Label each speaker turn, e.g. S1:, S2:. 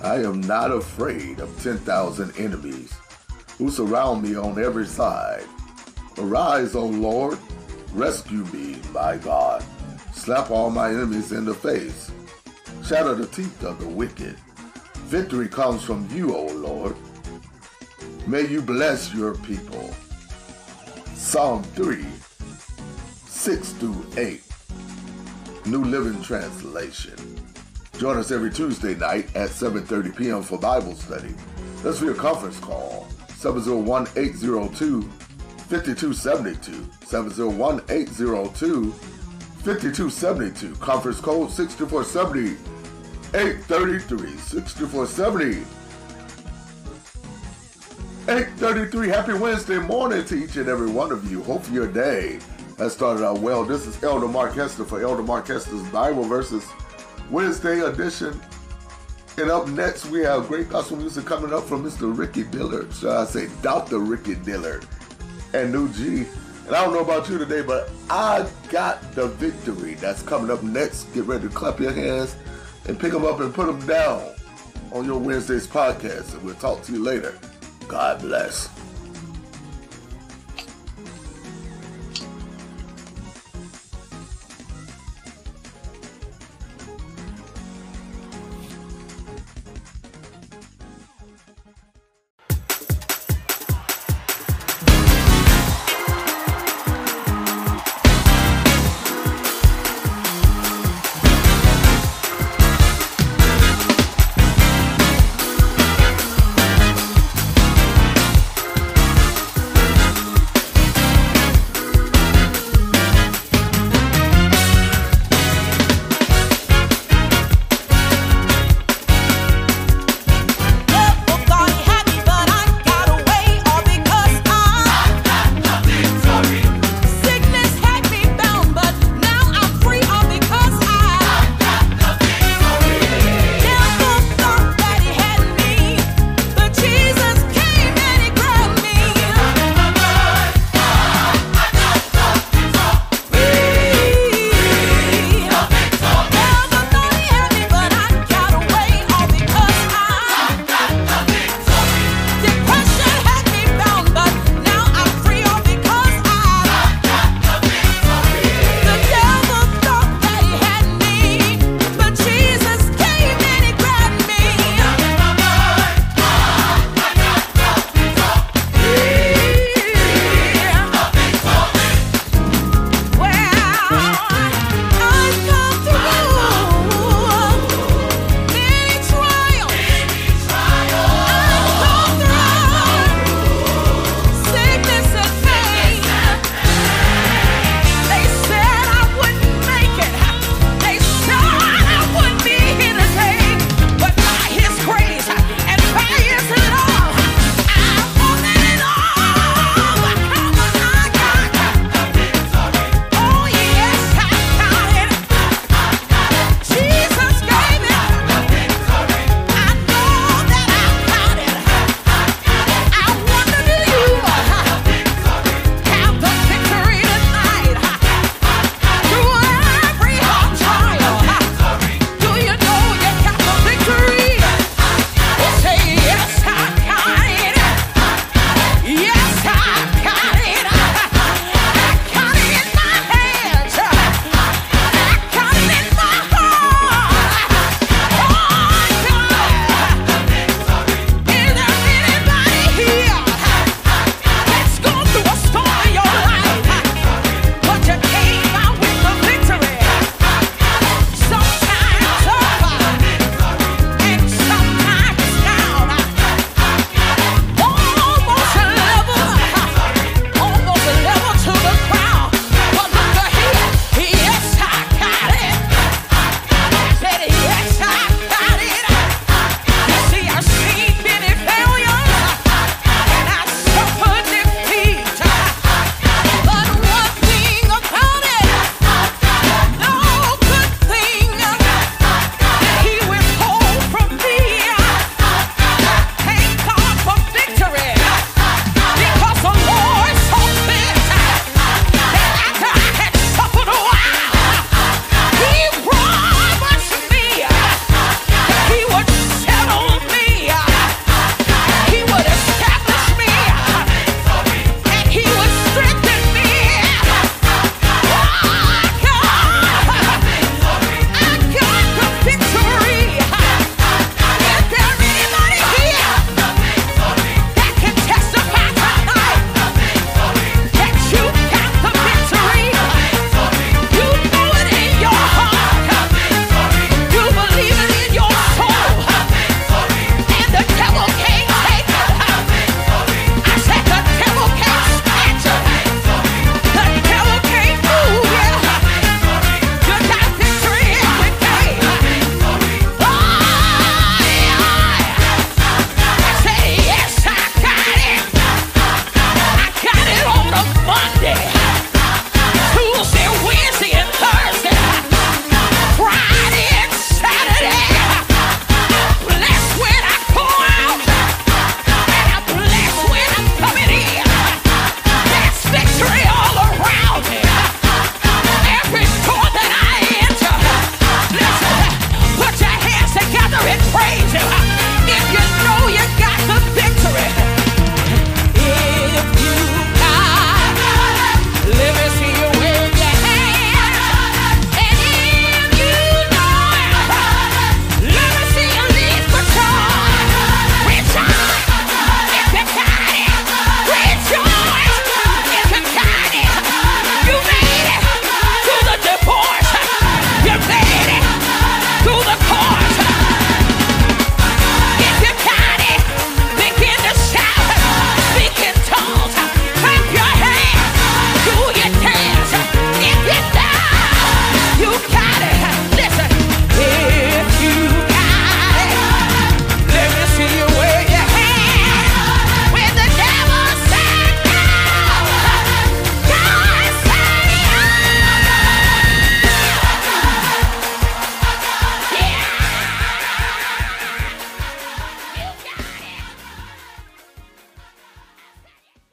S1: I am not afraid of 10,000 enemies who surround me on every side. Arise, O Lord, rescue me, my God. Slap all my enemies in the face. Shatter the teeth of the wicked. Victory comes from you, O Lord. May you bless your people. Psalm 3, 6 through 8. New Living Translation. Join us every Tuesday night at 7.30 p.m. for Bible study. That's for your conference call, 701-802-5272, 701-802-5272, conference code 6470, 833, 6470. 8.33, happy Wednesday morning to each and every one of you. Hope your day has started out well. This is Elder Mark Hester for Elder Mark Hester's Bible Verses Wednesday edition. And up next, we have great gospel music coming up from Mr. Ricky Dillard. Should I say Dr. Ricky Dillard and New G. And I don't know about you today, but I got the victory. That's coming up next. Get ready to clap your hands and pick them up and put them down on your Wednesday's podcast. And we'll talk to you later. God bless.